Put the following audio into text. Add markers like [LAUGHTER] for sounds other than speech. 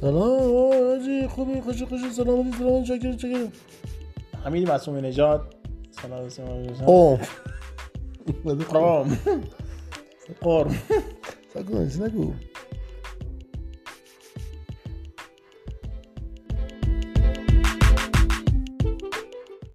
سلام آه، حاجی خوبی خوشی خوشی سلامتی سلامتی شکر شکر حمید معصوم نجات سلام سلام [LAUGHS] قوم [LAUGHS] بده قوم. قرم قرم سکو نگو